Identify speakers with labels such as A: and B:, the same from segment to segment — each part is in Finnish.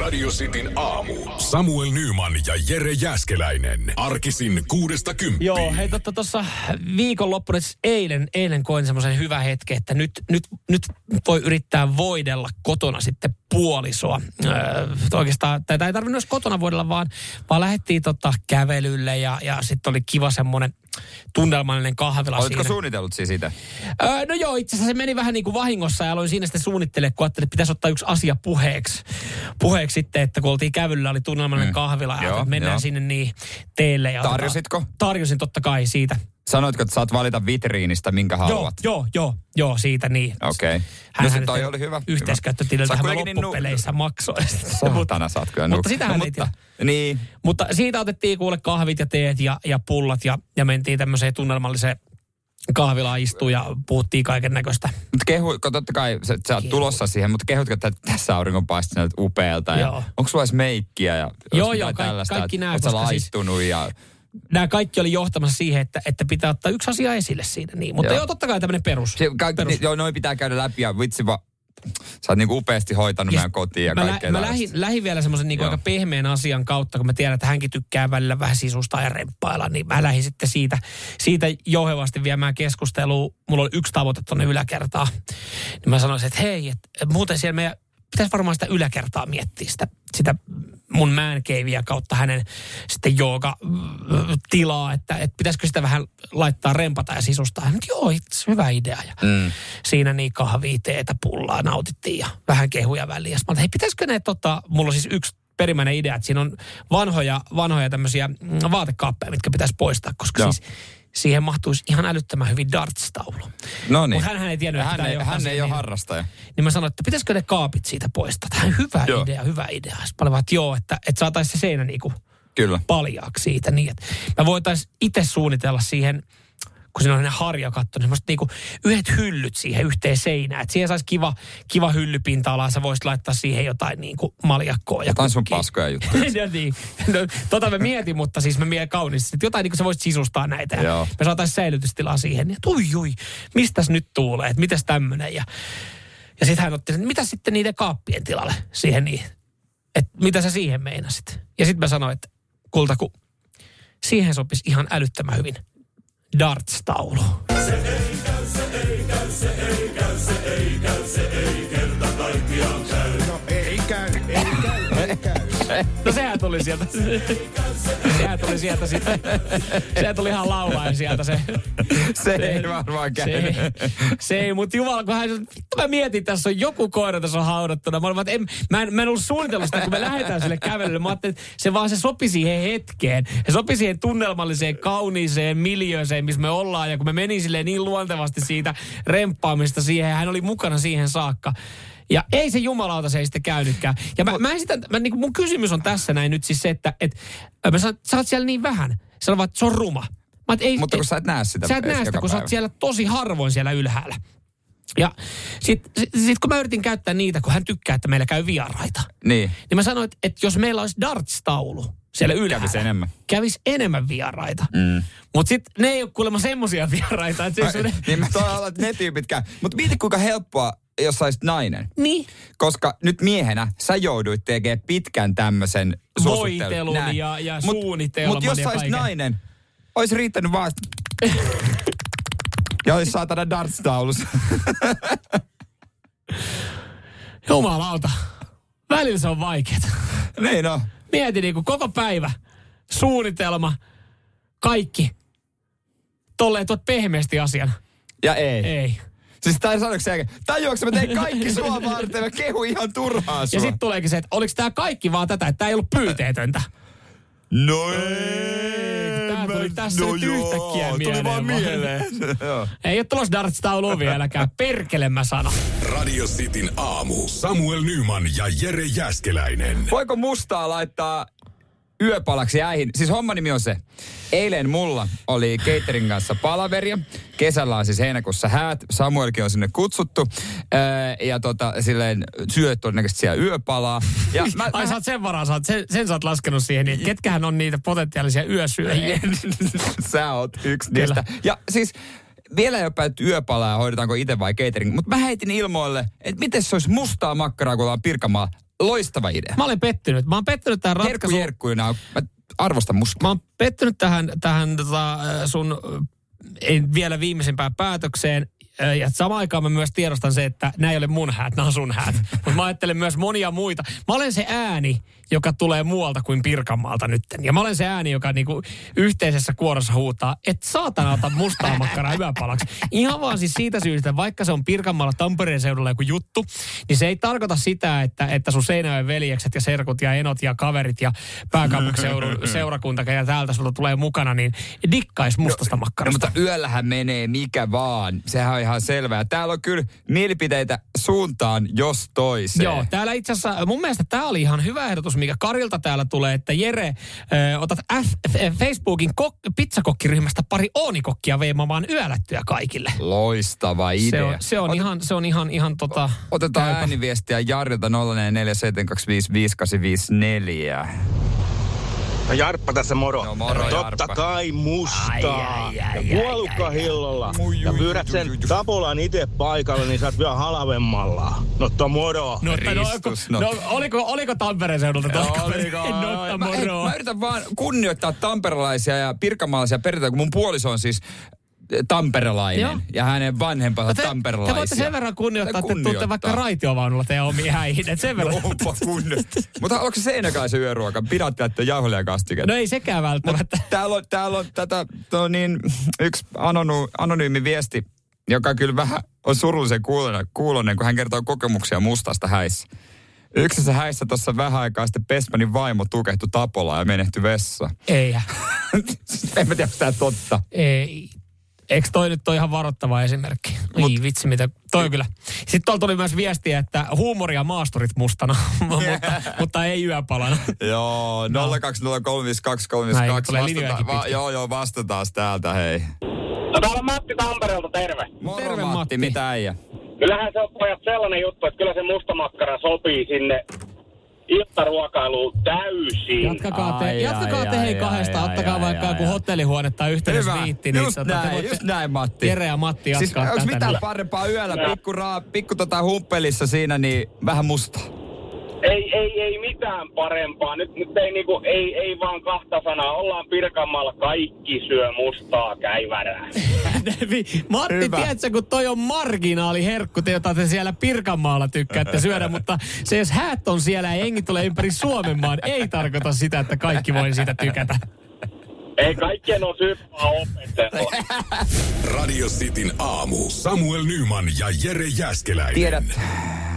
A: Radio Cityn aamu. Samuel Nyman ja Jere Jäskeläinen. Arkisin kuudesta kymppiin.
B: Joo, hei totta tuossa viikonloppuna, siis eilen, eilen koin semmoisen hyvä hetken, että nyt, nyt, nyt voi yrittää voidella kotona sitten puolisoa. Öö, oikeastaan, tätä ei tarvinnut edes kotona voidella, vaan, vaan lähdettiin tota kävelylle ja, ja sitten oli kiva semmoinen tunnelmallinen kahvila
C: Oletko
B: siinä.
C: suunnitellut siis sitä?
B: Öö, no joo, itse asiassa se meni vähän niin kuin vahingossa ja aloin siinä sitten suunnittelemaan, kun ajattelin, että pitäisi ottaa yksi asia puheeksi. Puheeksi sitten, että kun oltiin kävyllä, oli tunnelmallinen mm. kahvila ja
C: Joo,
B: joo, mennään
C: joo.
B: sinne niin teille. Ja
C: Tarjositko?
B: Tarjosin totta kai siitä.
C: Sanoitko, että saat valita vitriinistä, minkä haluat?
B: Joo, joo, joo, joo, siitä niin.
C: Okei. Okay.
B: Hän,
C: No se toi oli hyvä. Sä
B: Yhteiskäyttötililtähän mä
C: kuitenkin niin nu-
B: loppupeleissä maksoi.
C: Saatana, sä oot kyllä
B: mutta
C: nukku.
B: sitähän ei
C: mutta, Niin,
B: Mutta siitä otettiin kuule kahvit ja teet ja, ja pullat ja, ja mentiin tämmöiseen tunnelmalliseen kahvilaan istuun ja puhuttiin kaiken näköistä.
C: Mutta kehu, kun totta kai sä, sä oot
B: Kehu.
C: tulossa siihen, mutta kehutko, että tässä auringonpaiste näytät upealta. Ja
B: Joo.
C: onko sulla edes meikkiä ja onks
B: Joo,
C: mitään
B: joo, kaikki-
C: tällaista,
B: kaikki
C: että
B: nää,
C: oot sä
B: koska siis-
C: laittunut ja
B: Nämä kaikki oli johtamassa siihen, että, että pitää ottaa yksi asia esille siinä. Niin. Mutta
C: Joo.
B: joo, joo totta kai tämmöinen perus.
C: se, kaikki,
B: perus.
C: ni- joo, noi pitää käydä läpi ja vitsi vaan, sä oot niinku upeasti hoitanut meidän kotiin ja
B: mä, lä,
C: kaikkea
B: mä
C: tällaista.
B: lähin, lähin vielä semmoisen niin
C: Joo.
B: aika pehmeän asian kautta, kun mä tiedän, että hänkin tykkää välillä vähän sisustaa ja remppailla, niin mä lähdin sitten siitä, siitä jouhevasti viemään keskustelua. Mulla oli yksi tavoite tuonne yläkertaan. Niin mä sanoisin, että hei, et, muuten siellä meidän pitäisi varmaan sitä yläkertaa miettiä, sitä, sitä mun määnkeiviä kautta hänen sitten jooga mm, tilaa, että, että pitäisikö sitä vähän laittaa rempata ja sisustaa. Hän, joo, itse hyvä idea. Ja
C: Mm.
B: siinä niin kahvia, teetä, pullaa, nautittiin ja vähän kehuja väliin. Ja sit mä olin, hei, pitäisikö ne tota, mulla on siis yksi perimmäinen idea, että siinä on vanhoja, vanhoja tämmöisiä mm, vaatekaappeja, mitkä pitäisi poistaa, koska
C: Joo.
B: siis siihen mahtuisi ihan älyttömän hyvin darts-taulu.
C: No niin.
B: Mut hänhän ei tiennyt, että
C: hän
B: tää
C: ei,
B: johtaa
C: hän
B: siihen,
C: ei ole
B: niin-
C: harrastaja.
B: Niin mä sanoin, että pitäisikö ne kaapit siitä poistaa? Tämä on hyvä
C: Joo.
B: idea, hyvä idea. Sitten mä olin vaan, että joo, että, että saataisiin se seinä niinku
C: Kyllä.
B: paljaaksi siitä niin, että me voitaisiin itse suunnitella siihen, kun siinä on ne harjakatto, niin semmoiset niinku yhdet hyllyt siihen yhteen seinään. Että siihen saisi kiva, kiva hyllypinta-alaa, sä voisit laittaa siihen jotain niinku maljakkoa. Ja
C: Jotain sun
B: kukkia.
C: paskoja juttuja.
B: no niin. No, tota mä mietin, mutta siis mä mietin kauniisti. että Jotain niin kuin sä voisit sisustaa näitä. Ja
C: Joo.
B: me saataisiin säilytystilaa siihen. Ja tui jui, mistäs nyt tuulee, että mitäs tämmönen. Ja, ja sitten hän otti, sen, että mitä sitten niiden kaappien tilalle siihen niin. Että mitä sä siihen meinasit. Ja sitten mä sanoin, että kulta kun siihen sopisi ihan älyttömän hyvin darts-taulu. No sehän tuli sieltä. Sehän tuli sieltä sitten. Sehän tuli ihan laulaen sieltä se.
C: Se ei varmaan
B: se,
C: käynyt.
B: se ei, mutta jumala, kun hän sanoi, että vittu mä mietin, tässä on joku koira tässä on haudattuna. Mä, olin, vaan, että en, mä, en, mä en ollut suunnitellut sitä, kun me lähdetään sille kävelylle. Mä ajattelin, että se vaan se sopi siihen hetkeen. Se sopi siihen tunnelmalliseen, kauniiseen miljööseen, missä me ollaan. Ja kun me menin silleen niin luontevasti siitä remppaamista siihen, hän oli mukana siihen saakka. Ja ei se jumalauta se ei sitten käynytkään. Ja mä, mä esitän, mä, niin mun kysymys on tässä näin nyt siis se, että et, mä sanon, että sä oot siellä niin vähän. Sä vaan, että se on ruma. Mä, et, ei,
C: Mutta kun
B: ei-
C: sä et näe sitä
B: Sä et
C: edes
B: näe sitä,
C: joka
B: kun sä
C: päivä.
B: oot siellä tosi harvoin siellä ylhäällä. Ja sitten sit, sit kun mä yritin käyttää niitä, kun hän tykkää, että meillä käy vieraita,
C: Niin.
B: niin mä sanoin, että, että jos meillä olisi darts-taulu siellä ylhäällä,
C: Kävisi enemmän.
B: kävis enemmän vieraita. Mm. Mutta sitten ne ei ole kuulemma semmoisia vieraita. Että se,
C: Ai, niin mä toivon, olla, että ne tyypit käy. Mutta mieti kuinka helppoa, jos sä olisit nainen.
B: niin.
C: Koska nyt miehenä sä jouduit tekemään pitkän tämmöisen
B: Voitelun ja- ja suunnitelman
C: Mutta jos
B: ja
C: sä olisit
B: kaiken.
C: nainen, olisi riittänyt vaan... että- ja olisi saatana darts-taulussa.
B: Jumalauta. Välillä se on vaikeeta.
C: niin no.
B: Mieti niinku koko päivä, suunnitelma, kaikki. Tolleen tuot pehmeästi asiana.
C: Ja ei. ei.
B: Ei.
C: Siis tai sanoiko se jälkeen, tajuanko mä tein kaikki sua varten, mä kehu ihan turhaa sua.
B: Ja sitten tuleekin se, että oliko tämä kaikki vaan tätä, että tämä ei ollut pyyteetöntä.
C: no
B: Tää
C: mä- no
B: tuli tässä nyt yhtäkkiä
C: Tuli
B: mieleen
C: vaan
B: vaan.
C: mieleen. Joo.
B: Ei ole tulossa darts-taulua vieläkään. Perkele mä sano.
A: Radio Cityn aamu. Samuel Nyman ja Jere Jäskeläinen.
C: Voiko mustaa laittaa yöpalaksi äihin? Siis homman nimi on se. Eilen mulla oli caterin kanssa palaveria. Kesällä on siis heinäkuussa häät. Samuelkin on sinne kutsuttu. Öö, ja tota, silleen syöt todennäköisesti siellä yöpalaa. Ja mä,
B: Ai
C: mä-
B: sä oot sen varaan, sä oot sen, sen sä oot laskenut siihen, niin että ketkähän on niitä potentiaalisia yösyöjiä.
C: Sä oot yksi
B: Kyllä.
C: niistä. Ja siis vielä ei ole päätetty yöpalaa ja hoidetaanko itse vai catering. Mutta mä heitin ilmoille, että miten se olisi mustaa makkaraa, kun ollaan Pirkanmaalla. loistava idea.
B: Mä olen pettynyt. Mä oon pettynyt tähän
C: Jerkku
B: ratkaisuun.
C: Jerkkuina on. Mä arvostan musta.
B: Mä oon pettynyt tähän, tähän tota, äh, sun äh, ei vielä viimeisimpään päätökseen. Äh, Ja samaan aikaan mä myös tiedostan se, että nämä ei ole mun häät, nämä on sun häät. Mutta mä ajattelen myös monia muita. Mä olen se ääni, joka tulee muualta kuin Pirkanmaalta nytten. Ja mä olen se ääni, joka niinku yhteisessä kuorossa huutaa, että saatana ota mustaa makkaraa yöpalaksi. Ihan vaan siis siitä syystä, vaikka se on Pirkanmaalla Tampereen seudulla joku juttu, niin se ei tarkoita sitä, että, että sun Seinäjoen veljekset ja serkut ja enot ja kaverit ja pääkaupunkiseudun seurakunta, ketä täältä sulla tulee mukana, niin dikkais mustasta
C: No,
B: makkarasta.
C: mutta yöllähän menee mikä vaan. Sehän on ihan selvää. Täällä on kyllä mielipiteitä suuntaan jos toiseen.
B: Joo, täällä itse asiassa mun mielestä tämä oli ihan hyvä ehdotus, mikä Karilta täällä tulee, että Jere, ö, otat F, F, Facebookin kok- pizzakokkiryhmästä pari oonikokkia veimaamaan yölättyä kaikille.
C: Loistava idea.
B: Se on, se on, ihan, se on ihan, ihan tota...
C: Otetaan
B: käypä.
C: ääniviestiä Jarrilta 0447255854.
D: No Jarppa tässä moro.
C: No moro,
D: Totta
C: Jarppa.
D: kai mustaa.
B: Ai, ai, ai,
D: ja puolukka hillolla.
C: Mui, jui,
D: Ja
C: jui,
D: pyydät
C: jui, jui,
D: sen
C: jui.
D: tapulan itse paikalle, niin saat vielä halvemmalla. No to moro.
B: No,
C: Ristus,
B: no,
C: no.
B: no, oliko, oliko Tampereen seudulta tuo kaveri? Notta
C: Mä, hei,
B: moro.
C: mä yritän vaan kunnioittaa tamperelaisia ja pirkanmaalaisia perinteitä, kun mun puoliso on siis tamperelainen
B: Joo.
C: Joo. ja hänen vanhempansa
B: te,
C: tamperelaisia.
B: te voitte sen verran kunnioittaa, että te tuutte
C: Kunnioittaa.
B: vaikka raitiovaunulla teidän omiin häihin. Et sen verran. No,
C: Onpa kunnioittaa. Mutta onko se seinäkaisen yöruoka? Pidätte jauhelia ja kastiketta.
B: No, ei sekään välttämättä.
C: Täällä on, täällä on tätä, no niin, yksi anonu, anonyymi viesti, joka kyllä vähän on surullisen kuulonen, kuulonen, kun hän kertoo kokemuksia mustasta häissä. Yksissä häissä tuossa vähän aikaa sitten Pesmanin vaimo tukehtui tapolaan ja menehtyi vessaan.
B: Ei,
C: en mä tiedä, onko tämä totta.
B: ei. Eikö toi nyt ole ihan varoittava esimerkki? Ei Mut, vitsi, mitä. Toi kyllä. Sitten tuolla tuli myös viestiä, että huumoria maasturit mustana, mutta, mutta ei yöpalana.
C: Joo, 020352352.
B: Näin, tulee linjojakin
C: Va-
B: pitkin.
C: joo, joo, vastataan täältä, hei.
E: No täällä on Matti Tampereelta, terve.
C: Moro
B: Terve,
C: Terve, Matti.
B: Matti.
C: mitä äijä?
E: Kyllähän se on pojat sellainen juttu, että kyllä se mustamakkara sopii sinne iltaruokailuun täysin.
B: Jatkakaa te,
C: Niin, Ai,
B: jatkakaa
C: ai,
B: te hei
C: ai,
B: kahdesta.
C: ai,
B: ottakaa
C: ai,
B: vaikka
C: ai,
B: joku
C: ai.
B: hotellihuone tai yhteinen
C: Hyvä,
B: sviitti.
C: just
B: te
C: näin,
B: voitte-
C: just näin, Matti.
B: Jere ja Matti jatkaa
C: Siis onko
B: tätä
C: mitään
B: nyt.
C: parempaa yöllä? Pikku, raa, pikku tota humppelissa siinä, niin vähän mustaa.
E: Ei, ei, ei mitään parempaa. Nyt, nyt ei, niinku, ei, ei vaan kahta sanaa. Ollaan Pirkanmaalla kaikki syö mustaa käivärää.
B: Vi- Matti, Hyvä.
C: Hyvä.
B: tiedätkö, kun toi on marginaaliherkku, te, jota te siellä Pirkanmaalla tykkäätte syödä, mutta se jos häät on siellä ja jengi tulee ympäri Suomenmaan, ei tarkoita sitä, että kaikki voi siitä tykätä.
E: ei kaikkien on syyppää opetella.
A: Radio Cityn aamu. Samuel Nyman ja Jere Jäskeläinen.
C: Tiedät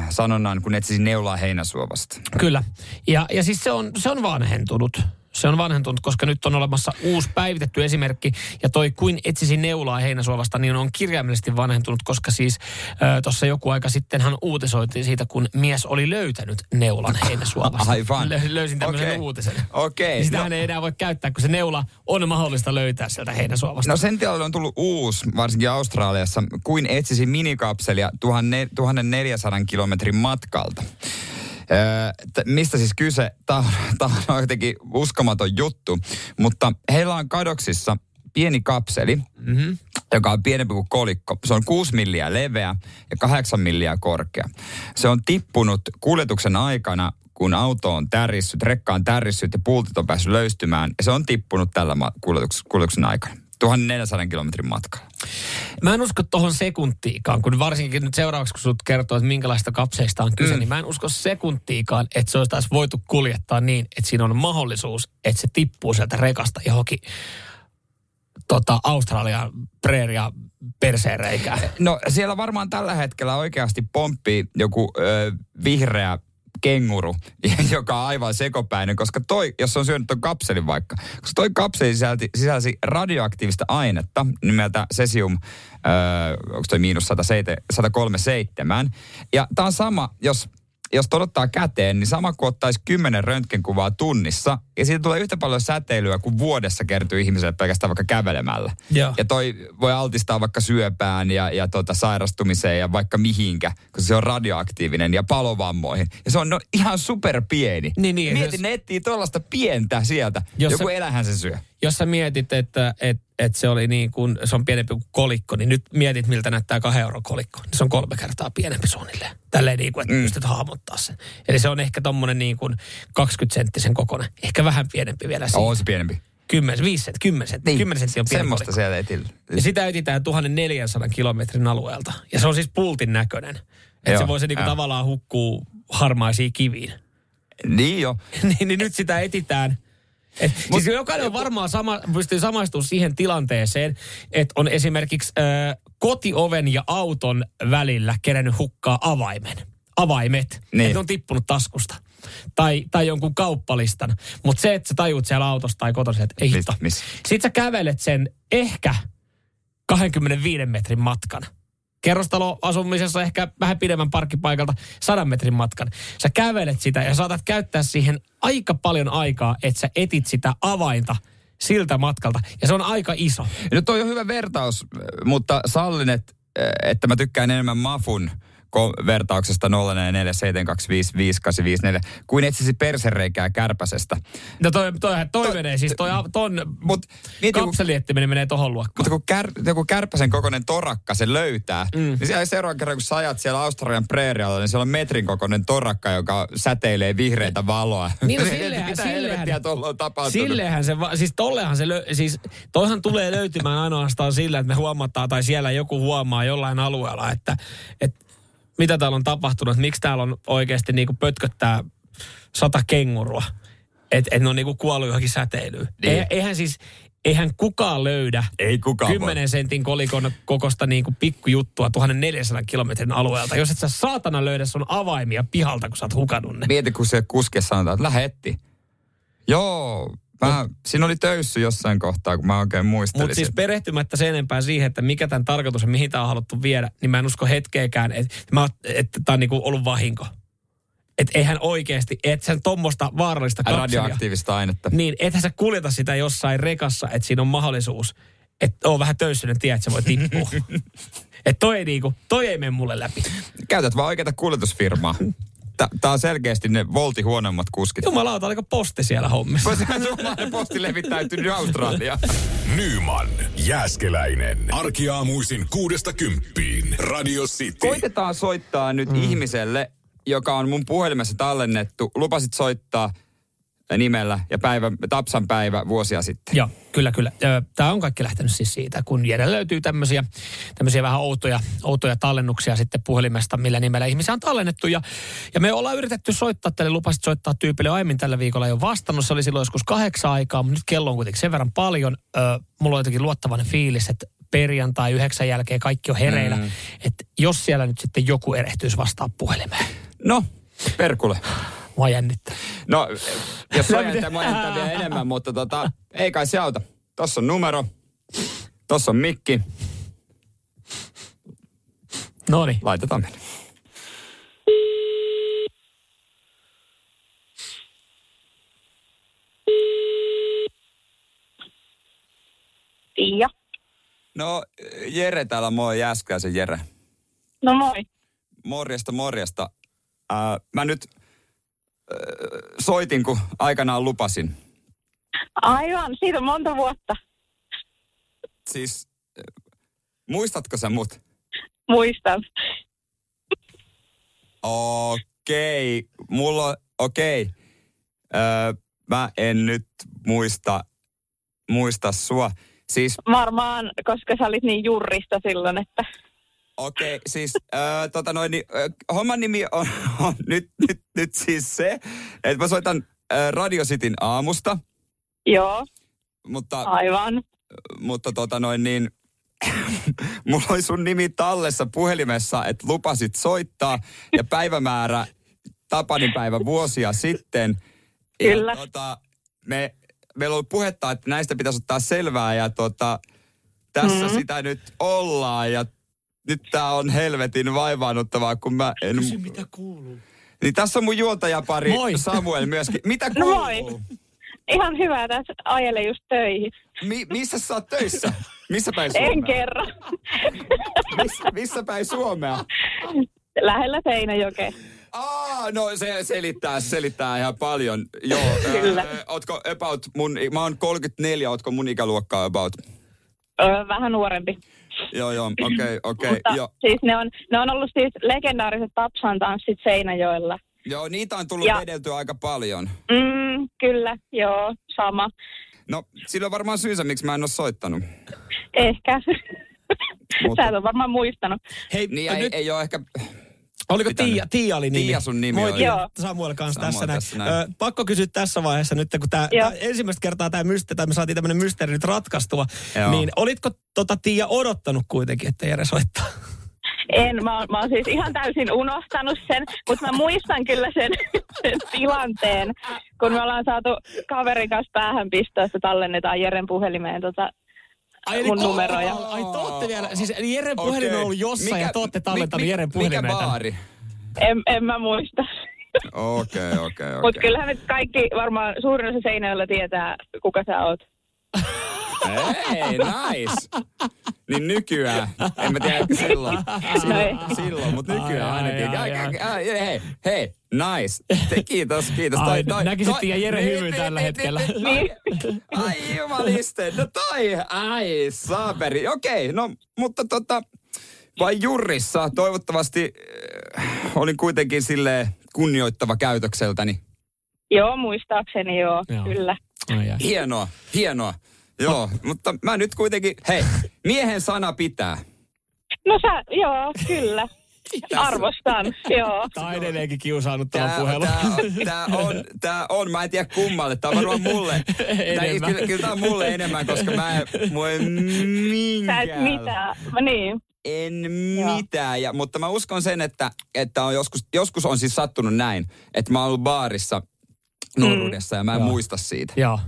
C: sanonnan, kun etsisin neulaa heinäsuovasta.
B: Kyllä. Ja, ja siis se on, se on vanhentunut. Se on vanhentunut, koska nyt on olemassa uusi päivitetty esimerkki. Ja toi Kuin etsisi neulaa heinäsuovasta, niin on kirjaimellisesti vanhentunut, koska siis äh, tuossa joku aika sitten hän uutisoitiin siitä, kun mies oli löytänyt neulan heinäsuovasta.
C: Aivan.
B: Lö- löysin tämmöisen
C: Okei.
B: okay. uutisen.
C: Okei,
B: Niin sitähän
C: no-
B: no. ei enää voi käyttää, kun se neula on mahdollista löytää sieltä heinäsuovasta.
C: No sen tilalle on tullut uusi, varsinkin Australiassa, kuin etsisin minikapselia 1000 1400 kilometrin matkalta. Öö, t- mistä siis kyse? Tämä on, on jotenkin uskomaton juttu, mutta heillä on kadoksissa pieni kapseli, mm-hmm. joka on pienempi kuin kolikko. Se on 6 milliä leveä ja 8 milliä korkea. Se on tippunut kuljetuksen aikana, kun auto on tärissyt, rekka on tärissyt ja pultit on päässyt löystymään. Ja se on tippunut tällä ma- kuljetuks- kuljetuksen aikana. 1400 kilometrin matkalla.
B: Mä en usko tohon sekuntiikaan, kun varsinkin nyt seuraavaksi, kun sut kertoo, että minkälaista kapseista on kyse, mm. niin mä en usko sekuntiikaan, että se olisi taas voitu kuljettaa niin, että siinä on mahdollisuus, että se tippuu sieltä rekasta johonkin tota, Australian preeria perseen reikään.
C: No siellä varmaan tällä hetkellä oikeasti pomppii joku ö, vihreä kenguru, joka on aivan sekopäinen, koska toi, jos se on syönyt ton kapselin vaikka, koska toi kapseli sisälti, sisälsi radioaktiivista ainetta nimeltä cesium, ö, onko toi miinus 107 137, ja tää on sama, jos jos todottaa käteen, niin sama kuin ottaisi kymmenen röntgenkuvaa tunnissa, ja siitä tulee yhtä paljon säteilyä kuin vuodessa kertyy ihmiselle pelkästään vaikka kävelemällä.
B: Joo.
C: Ja toi voi altistaa vaikka syöpään ja, ja tota sairastumiseen ja vaikka mihinkä, koska se on radioaktiivinen ja palovammoihin. Ja se on no, ihan superpieni.
B: Niin, niin,
C: Mietin,
B: jos-
C: jos... ne etsii tuollaista pientä sieltä.
B: Jos
C: Jos Joku
B: se-
C: se... elähän se syö.
B: jos sä mietit, että et, et se, oli niin kuin, se on pienempi kuin kolikko, niin nyt mietit, miltä näyttää kahden euron kolikko. Niin se on kolme kertaa pienempi suunnilleen. Tälleen niin kuin, että mm. pystyt hahmottaa sen. Eli se on ehkä tommonen niin kuin 20-senttisen kokonen. Ehkä vähän pienempi vielä siinä.
C: On se pienempi.
B: 10, 5 senttiä, 10 senttiä, niin. 10 senttiä on pieni
C: Semmosta
B: kolikko.
C: siellä etillä.
B: Ja sitä yritetään 1400 kilometrin alueelta. Ja se on siis pultin näköinen. Että
C: Joo,
B: se voi se niinku
C: joo.
B: tavallaan hukkuu harmaisiin kiviin.
C: Niin jo.
B: niin, niin nyt sitä etitään. Et, Mut, siis jokainen on varmaan sama, pystyy samaistumaan siihen tilanteeseen, että on esimerkiksi ö, kotioven ja auton välillä kerännyt hukkaa avaimen. Avaimet.
C: Niin.
B: Niin. Että ne on tippunut taskusta. Tai, tai jonkun kauppalistan. Mutta se, että sä tajut siellä autossa tai kotona, että ei
C: Mist-
B: hitto.
C: miss?
B: Sitten sä kävelet sen ehkä 25 metrin matkan. Kerrostaloasumisessa ehkä vähän pidemmän parkkipaikalta 100 metrin matkan. Sä kävelet sitä ja saatat käyttää siihen aika paljon aikaa, että sä etit sitä avainta siltä matkalta. Ja se on aika iso.
C: No toi on hyvä vertaus, mutta sallin, että, että mä tykkään enemmän Mafun ko- vertauksesta 0447255854, kuin etsisi persereikää kärpäsestä.
B: No toi, toi, toi menee siis, toi a- ton
C: Mut mieti, kun-
B: kapseliettiminen menee tohon luokkaan.
C: Mutta kun kär, joku kärpäsen kokoinen torakka se löytää, mm. niin siellä seuraavan kerran, kun sä ajat siellä Australian preerialla, niin siellä on metrin kokoinen torakka, joka säteilee vihreitä valoa.
B: Niin, no
C: Mietit,
B: sillehän-
C: Mitä
B: sillehän-
C: helvettiä tuolla on tapahtunut?
B: Sillehän se, va- siis tollehan se, lö, siis toihan tulee löytymään ainoastaan sillä, että me huomataan tai siellä joku huomaa jollain alueella, että, että mitä täällä on tapahtunut, että miksi täällä on oikeasti niinku pötköttää sata kengurua, että et ne on niinku kuollut johonkin säteilyyn.
C: Niin.
B: Niin. Eihän siis, eihän kukaan löydä
C: Ei kukaan voi.
B: 10 sentin kolikon kokosta niinku pikkujuttua 1400 kilometrin alueelta, jos et sä saatana löydä sun avaimia pihalta, kun sä oot hukannut ne.
C: Mieti, kun se kuske sanotaan, että lähde etti. Joo, mä, siinä oli töyssy jossain kohtaa, kun mä oikein muistelin.
B: Mutta siis
C: sen.
B: perehtymättä sen enempää siihen, että mikä tämän tarkoitus ja mihin tämä on haluttu viedä, niin mä en usko hetkeäkään, että että tämä on niinku ollut vahinko. Että eihän oikeasti, et sen tuommoista vaarallista kapselia.
C: radioaktiivista ainetta.
B: Niin, ethän sä kuljeta sitä jossain rekassa, että siinä on mahdollisuus, että on vähän töyssyinen tie, että se voi tippua. että toi, ei niinku, toi ei mene mulle läpi.
C: Käytät vaan oikeata kuljetusfirmaa. Tämä on selkeästi ne volti huonommat kuskit.
B: Jumalauta, oliko posti siellä hommissa?
C: Suomalainen posti levittäytynyt Australiaan.
A: Nyman, Jääskeläinen. Arkiaamuisin kuudesta kymppiin. Radio City.
C: Koitetaan soittaa nyt mm. ihmiselle, joka on mun puhelimessa tallennettu. Lupasit soittaa nimellä ja päivä, Tapsan päivä vuosia sitten.
B: Joo, kyllä, kyllä. Tämä on kaikki lähtenyt siis siitä, kun Jere löytyy tämmöisiä, tämmöisiä vähän outoja, outoja tallennuksia sitten puhelimesta, millä nimellä ihmisiä on tallennettu. Ja, ja me ollaan yritetty soittaa tälle, lupasit soittaa tyypille aiemmin tällä viikolla jo vastannut. Se oli silloin joskus kahdeksan aikaa, mutta nyt kello on kuitenkin sen verran paljon. Ö, mulla on jotenkin luottavainen fiilis, että perjantai yhdeksän jälkeen kaikki on hereillä. Mm. Että jos siellä nyt sitten joku erehtyisi vastaa puhelimeen.
C: No, Perkule.
B: Mua jännittää.
C: No, jos sä
B: Lämmin-
C: jännittää, mua jännittää vielä enemmän, mutta tota, ei kai se auta. Tossa on numero, tossa on mikki,
B: No niin.
C: laitetaan mennä.
F: Pia.
C: No, Jere täällä, moi Jääskäisen Jere.
F: No moi.
C: Morjesta, morjesta. Ää, mä nyt ää, soitin, kun aikanaan lupasin.
F: Aivan, siitä on monta vuotta.
C: Siis, ää, muistatko sä mut?
F: Muistan.
C: Okei, mulla on, okei. Öö, mä en nyt muista, muista sua. Siis,
F: Varmaan, koska sä olit niin jurrista silloin, että
C: okei, siis öö, tota noin, niin, öö, homman nimi on, on nyt, nyt, nyt siis se, että mä soitan öö, Radio Cityn aamusta,
F: joo,
C: mutta,
F: aivan.
C: mutta tota noin niin, mulla oli sun nimi tallessa puhelimessa, että lupasit soittaa ja päivämäärä Tapanin päivä vuosia sitten.
F: Kyllä.
C: Ja, tota, me, meillä oli puhetta, että näistä pitäisi ottaa selvää ja tota, tässä
F: Mm.
C: mm-hmm. sitä nyt ollaan ja nyt tää on helvetin vaivaannuttavaa, kun mä en... Kysy, mitä kuuluu. Niin tässä on mun juontajapari
B: Moi.
C: Samuel myöskin. Mitä
F: No
C: kuuluu?
F: moi. Ihan hyvä, tässä ajele just töihin.
C: Mi- missä sä oot töissä? Missä päin Suomea?
F: En kerro.
C: Miss, missä päin Suomea?
F: Lähellä Seinäjokea.
C: Aa, no se selittää, se selittää ihan paljon. Joo,
F: Kyllä.
C: Ö, ootko about mun, mä oon 34, ootko mun ikäluokkaa about?
F: Öö, vähän nuorempi.
C: Joo, joo, okei, okei,
F: Mutta
C: joo.
F: siis ne on, ne on ollut siis legendaariset Tapsan tanssit Seinäjoella.
C: Joo, niitä on tullut
F: Ja-
C: vedeltyä aika paljon.
F: Mm, kyllä, joo, sama.
C: No, sillä on varmaan syynsä, miksi mä en ole soittanut.
F: Ehkä.
C: Mutta-
F: Sä et ole varmaan muistanut.
B: Hei, äh,
C: Niin,
B: nyt,
C: ei, ei ole ehkä...
B: Oliko
C: Mitä
B: Tiia?
C: nyt?
B: Tiia oli nimi.
C: Tiia sun nimi
B: Moi,
C: oli.
B: Tiia.
F: Joo.
B: Samuel kanssa
C: Samuel
B: tässä näin.
C: tässä näin.
B: Ö, pakko kysyä tässä vaiheessa nyt, kun tää,
F: Joo.
B: tää ensimmäistä kertaa tämä mysteeri, tai me saatiin tämmöinen mysteeri nyt ratkaistua,
C: Joo.
B: niin olitko tota Tiia odottanut kuitenkin, että Jere soittaa?
F: En, mä, oon- mä oon siis ihan täysin unohtanut sen, mutta mä muistan kyllä sen, sen tilanteen, kun me ollaan saatu kaverin kanssa päähänpistoa, että tallennetaan Jeren puhelimeen tota mun
B: ko-
F: numeroja.
B: Ai, te ootte vielä, siis eli Jeren
C: Okei.
B: puhelin on ollut jossain ja te ootte tallentanut
C: mi- mi-
B: Jeren
C: Mikä
B: puhelimeen. tänne.
C: baari?
F: En, en mä muista.
C: Okei, okei,
F: Mutta
C: okei.
F: kyllähän me kaikki varmaan suurin osa seinällä tietää, kuka sä oot.
C: Hei, nice. Niin nykyään. En mä tiedä, ehkä silloin. Silloin, silloin mutta nykyään
B: Ai, ai,
C: ainakin.
B: ai, ai.
C: Ai, ai, Hei, hei, nice. Te, kiitos, kiitos.
B: Ai, näkisit Tiia Jeren
C: niin,
B: hymyn
C: niin,
B: tällä
C: niin,
B: hetkellä.
C: niin, niin. Ai jumaliste, no toi, ai saaperi. Okei, no mutta tota, vai jurissa, toivottavasti äh, olin kuitenkin sille kunnioittava käytökseltäni.
F: Joo, muistaakseni joo,
B: Joo.
F: joo. kyllä.
B: Ai, ai.
C: Hienoa, hienoa. Joo, mutta mä nyt kuitenkin, hei, miehen sana pitää.
F: No sä, joo, kyllä. Arvostan, joo.
B: Tää on edelleenkin kiusaanut tämä
C: Tää,
B: puhelu.
C: tää, tää, on, tää on, mä en tiedä kummalle, tää on varmaan mulle. Tää,
B: Enemmän.
C: kyllä, kyllä tää on mulle enemmän, koska mä en, mua ei
F: Sä et
C: minkään.
F: mitään. Mä niin.
C: En
F: Joo.
C: mitään, ja, mutta mä uskon sen, että, että on joskus, joskus on siis sattunut näin, että mä oon ollut baarissa
F: Mm.
C: nuoruudessa ja mä en
B: Joo.
C: muista siitä.
B: Joo.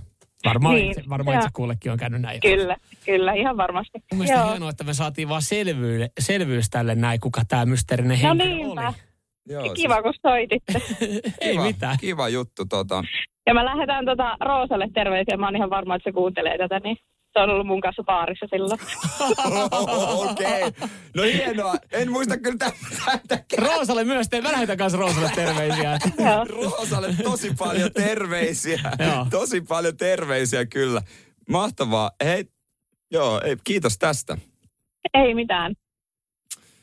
B: Varmaan,
F: Niin.
B: itse, varmaan itse
F: Joo.
B: kullekin on käynyt näin.
F: Kyllä, kyllä, ihan varmasti.
B: Mun mielestä
F: Joo.
B: hienoa, että me saatiin vaan selvyys, selvyys tälle näin, kuka tämä mysteerinen
F: No
B: henkilö
F: niinpä.
B: oli.
C: Joo,
F: Kiva, kun soititte.
B: Kiva. Ei mitään.
C: Kiva juttu tota.
F: Ja mä lähetän tota Roosalle terveisiä. Mä oon ihan varma, että se kuuntelee tätä, niin se on ollut mun kanssa baarissa silloin.
C: Okei. Okay. No hienoa. En muista kyllä tä- tätäkään.
B: Roosalle myös, te, mä lähetän kanssa Roosalle terveisiä.
F: Joo.
C: Roosalle tosi paljon terveisiä.
B: Joo.
C: tosi paljon terveisiä kyllä. Mahtavaa. Hei, joo, ei, kiitos tästä.
F: Ei mitään.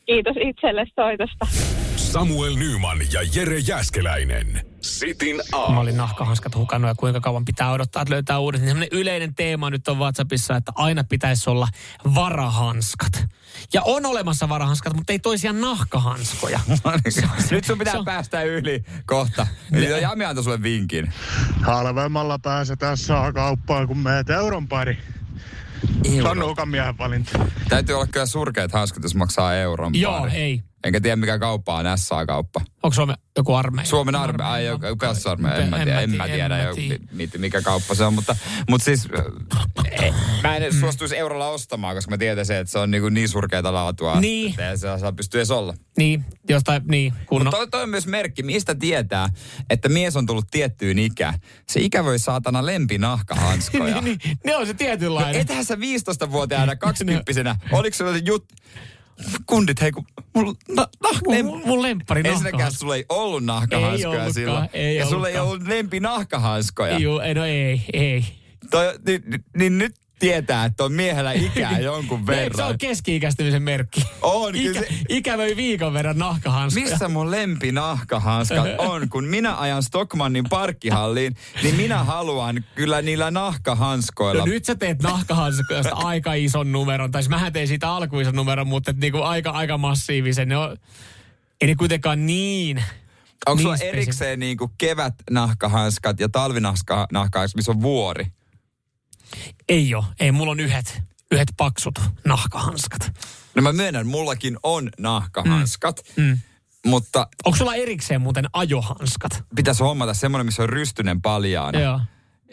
F: Kiitos itselle soitosta.
A: Samuel Nyman ja Jere Jäskeläinen. Sitin
B: Mä
A: aamu.
B: olin nahkahanskat hukannut ja kuinka kauan pitää odottaa, että löytää uudet. Niin semmonen yleinen teema nyt on WhatsAppissa, että aina pitäisi olla varahanskat. Ja on olemassa varahanskat, mutta ei toisia nahkahanskoja.
C: no niin, Nyt sun
B: se
C: pitää
B: on-
C: päästä yli kohta. Jami antoi sulle vinkin.
G: Halvemmalla pääsetään saa kauppaan, kun meet euron pari. Se on nuukan miehen valinta.
C: Täytyy olla kyllä surkeat hanskat, jos maksaa euron
B: Joo,
C: pari.
B: ei.
C: Enkä tiedä, mikä kauppa on SA-kauppa.
B: Onko Suomen joku armeija?
C: Suomen armeija, ai joku kassarmeija, en mä tiedä, en mä tiedä,
B: en mä
C: jo-
B: tiedä.
C: mi- mit- mikä kauppa se on, mutta, mutta siis äh, eh, mä
B: Mm.
C: en edes suostuisi eurolla ostamaan, koska mä tietäisin, että se on niin, niin surkeata laatua,
B: Niin.
C: että ei se saa pystyä edes olla.
B: Niin, jostain, niin,
C: No.
B: kunnon.
C: Toi, toi on myös merkki, mistä tietää, että mies on tullut tiettyyn ikään. Se ikä voi saatana lempinahkahanskoja.
B: niin, niin, ne on se
C: No
B: tietynlainen.
C: etähän sä 15-vuotiaana, kaksikymppisenä, oliko sulla jut... Kundit, hei kun mulla na, nah, lem...
B: mun, mun lemppari
C: Ensinnäkään
B: nahkahanska.
C: sulla ei ollut nahkahanskoja
B: ollutkaan,
C: silloin.
B: ei
C: ja sulla ei
B: ollutkaan.
C: ollut lempi nahkahanskoja.
B: Juu, ei, no ei, ei.
C: Toi, niin, niin, niin nyt tietää, että on miehellä ikää jonkun
B: Eikö Niin, se
C: verran.
B: on keski-ikäistymisen merkki?
C: On, kyllä
B: Ikä,
C: se-
B: Ikävöi viikon verran nahkahanskoja.
C: Missä mun lempi nahkahanskat on? Kun minä ajan Stockmannin parkkihalliin, niin minä haluan kyllä niillä nahkahanskoilla.
B: No nyt sä teet nahkahanskoista aika ison numeron. Tai siis mähän tein siitä alkuisen numeron, mutta et niinku aika, aika massiivisen. Ne on, ei ne kuitenkaan niin.
C: Onko sulla
B: niin spesifi-
C: erikseen niinku kevät nahkahanskat ja talvinahkahanskat, missä on vuori?
B: Ei oo. Ei, mulla on yhdet, yhdet paksut nahkahanskat.
C: No mä myönnän, mullakin on nahkahanskat, mm. Mm. mutta
B: Onko sulla erikseen muuten ajohanskat?
C: pitäisi hommata semmoinen, missä on rystynen paljaana.
B: Joo.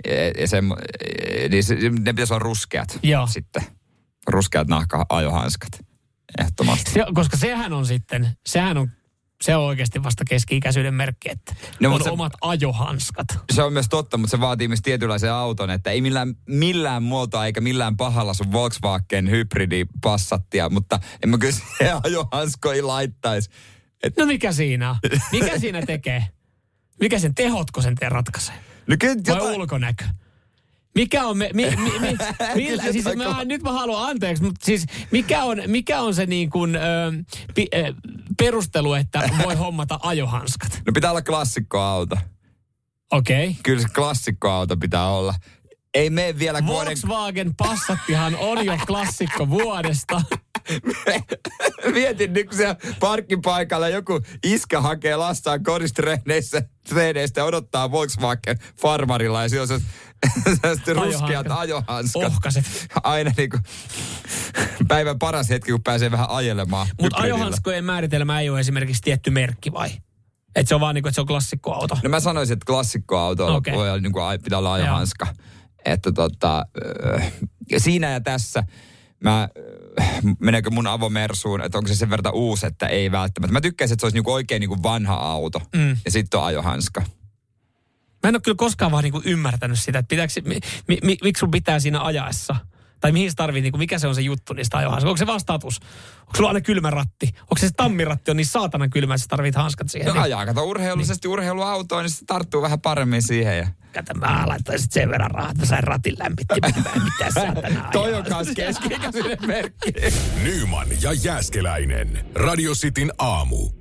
C: E- e- semmo- e- niin se, ne pitäisi olla ruskeat
B: Joo.
C: sitten. Ruskeat nahka-ajohanskat. Ehdottomasti.
B: Se, koska sehän on sitten, sehän on, se on oikeasti vasta keski-ikäisyyden merkki, että
C: No,
B: no, on
C: mutta se-
B: omat ajohanskat.
C: Se on myös totta, mutta se vaatii myös tietynlaisen auton, että ei millään, millään muotoa eikä millään pahalla sun Volkswagen hybridi passattia, mutta en mä kyllä se ajohanskoihin laittaisi.
B: No mikä siinä on? Mikä siinä tekee? Mikä sen tehotko sen te ratkaisee?
C: No kyllä
B: Vai
C: jotain,
B: ulkonäkö? Mikä on me, mi, mi, mi, millä, siis
C: jotain
B: mä,
C: kovaa.
B: nyt mä haluan anteeksi, mutta siis mikä on, mikä on se niin kuin, ö, pi, ö, perustelu, että voi hommata ajohanskat?
C: no pitää olla klassikkoauto.
B: Okei. Okay.
C: Kyllä se klassikkoauto pitää olla. Ei mene vielä vuoden...
B: Volkswagen Passattihan on jo klassikko vuodesta.
C: Mietin nyt, kun siellä parkkipaikalla joku iskä hakee lastaan kodistreeneissä treeneistä ja odottaa Volkswagen farmarilla ja siellä on se, se ruskeat ajohanskat.
B: Ohkaset.
C: Aina niinku päivän paras hetki, kun pääsee vähän ajelemaan.
B: Mutta
C: hybridillä.
B: ajohanskojen määritelmä ei ole esimerkiksi tietty merkki vai? Että se on vaan niinku, että se on klassikkoauto.
C: No mä sanoisin, että klassikkoauto okay.
B: Okei.
C: voi olla, niin kuin, ai- pitää olla ajohanska. Että tota, äh, siinä ja tässä mä, äh, meneekö mun avomersuun, että onko se sen verran uusi, että ei välttämättä. Mä tykkäisin, että se olisi niin kuin oikein niin kuin vanha auto mm. ja sitten on ajohanska.
B: Mä en ole kyllä koskaan vaan niinku ymmärtänyt sitä, että pitääkö, se- mi, mi, mi, miksi sun pitää siinä ajaessa? Tai mihin se tarvii, niinku, mikä se on se juttu niistä ajohanskoista? Onko se vaan status? Onko sulla aina kylmä ratti? Onko se, se tammiratti on niin saatana kylmä, että sä tarvit hanskat siihen?
C: No
B: niin,
C: ajaa, kato urheilullisesti niin. urheiluautoon, niin se tarttuu vähän paremmin siihen. Ja...
B: kato, mä laittaisin sen verran rahaa, että mä sain ratin lämmittimen. Mä en mitään saatana
C: Toi
B: ajaa.
C: on kans keski merkki.
A: Nyman ja Jääskeläinen. Radio Cityn aamu.